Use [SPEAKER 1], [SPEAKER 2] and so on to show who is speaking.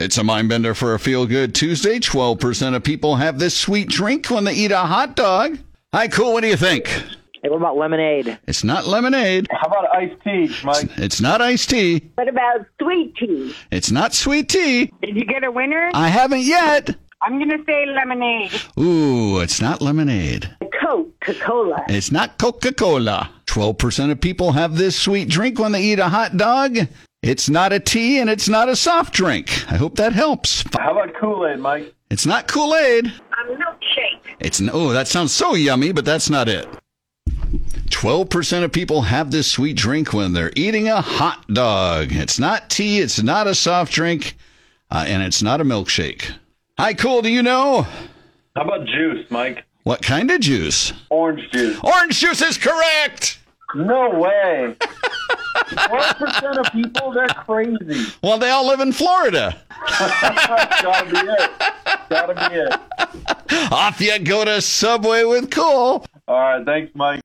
[SPEAKER 1] It's a mind bender for a feel good Tuesday. 12% of people have this sweet drink when they eat a hot dog. Hi, cool. What do you think?
[SPEAKER 2] Hey, what about lemonade?
[SPEAKER 1] It's not lemonade.
[SPEAKER 3] How about iced tea, Mike?
[SPEAKER 1] It's not iced tea.
[SPEAKER 4] What about sweet tea?
[SPEAKER 1] It's not sweet tea.
[SPEAKER 5] Did you get a winner?
[SPEAKER 1] I haven't yet.
[SPEAKER 5] I'm going to say lemonade.
[SPEAKER 1] Ooh, it's not lemonade.
[SPEAKER 4] Coca Cola.
[SPEAKER 1] It's not Coca Cola. 12% of people have this sweet drink when they eat a hot dog. It's not a tea and it's not a soft drink. I hope that helps.
[SPEAKER 3] How about Kool Aid, Mike?
[SPEAKER 1] It's not Kool Aid.
[SPEAKER 4] A milkshake.
[SPEAKER 1] It's no, that sounds so yummy, but that's not it. 12% of people have this sweet drink when they're eating a hot dog. It's not tea, it's not a soft drink, uh, and it's not a milkshake. Hi, cool. Do you know
[SPEAKER 3] How about juice, Mike?
[SPEAKER 1] what kind of juice?
[SPEAKER 3] Orange juice.
[SPEAKER 1] Orange juice is correct.
[SPEAKER 3] No way. One percent of people, they're crazy.
[SPEAKER 1] Well, they all live in Florida.
[SPEAKER 3] That's gotta be it. Gotta be it.
[SPEAKER 1] Off you go to Subway with Cool.
[SPEAKER 3] All right, thanks, Mike.